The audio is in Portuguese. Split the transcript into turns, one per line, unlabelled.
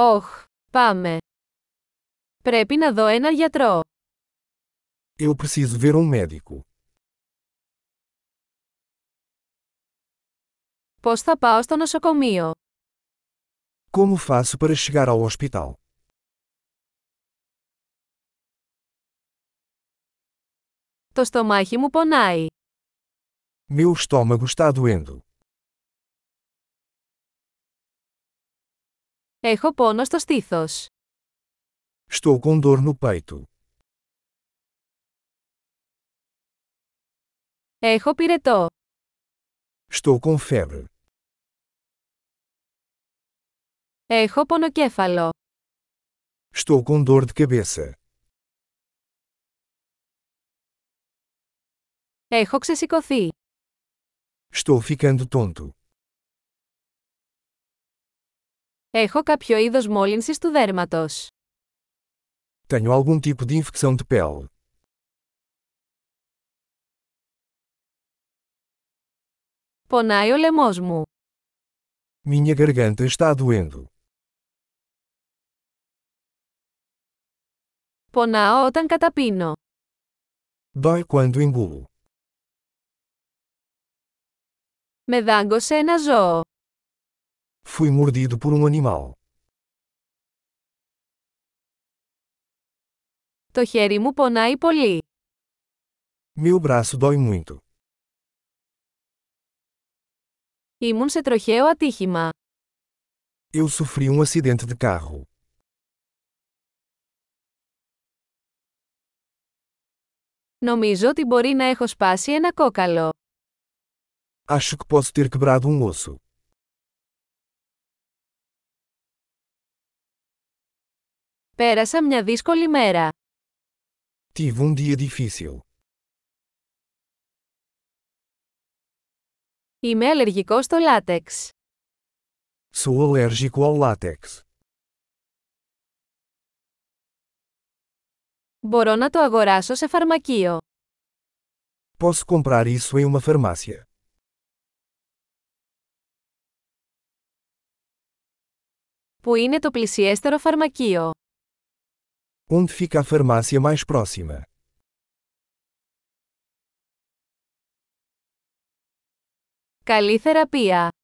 Όχ, πάμε. Πρέπει να δω έναν γιατρό.
Eu preciso ver um médico.
Πώς θα πάω στο νοσοκομείο.
Como faço para chegar ao hospital?
Το στομάχι μου πονάει.
Meu estômago está doendo.
Έχω πόνο στο στήθος.
Estou com dor no peito.
Έχω πυρετό.
Estou com febre.
Έχω πονοκέφαλο.
Estou com dor de cabeça.
Έχω ξεσηκωθεί.
Estou ficando tonto.
Έχω κάποιο είδος μόλυνσης του δέρματος.
Tenho algum tipo de infecção de pele.
Πονάει ο λαιμός μου.
Minha garganta está doendo.
Πονάω όταν καταπίνω.
Dói quando engulo.
Με δάγκωσε ένα ζώο.
Fui mordido por um animal.
Το χέρι μου πονάει πολύ.
Meu braço dói muito.
Ήμουν σε τροχαίο ατύχημα.
Eu sofri um acidente de carro.
Νομίζω ότι μπορεί να έχω σπάσει ένα κόκαλο.
Acho que posso ter quebrado um osso.
Πέρασα μια δύσκολη μέρα.
Tive um dia difícil.
Είμαι αλλεργικός στο λάτεξ.
Sou alérgico ao látex.
Μπορώ να το αγοράσω σε φαρμακείο.
Posso comprar isso em uma farmácia.
Πού είναι το πλησιέστερο φαρμακείο.
Onde fica a farmácia mais próxima?
Καλή θεραπεία.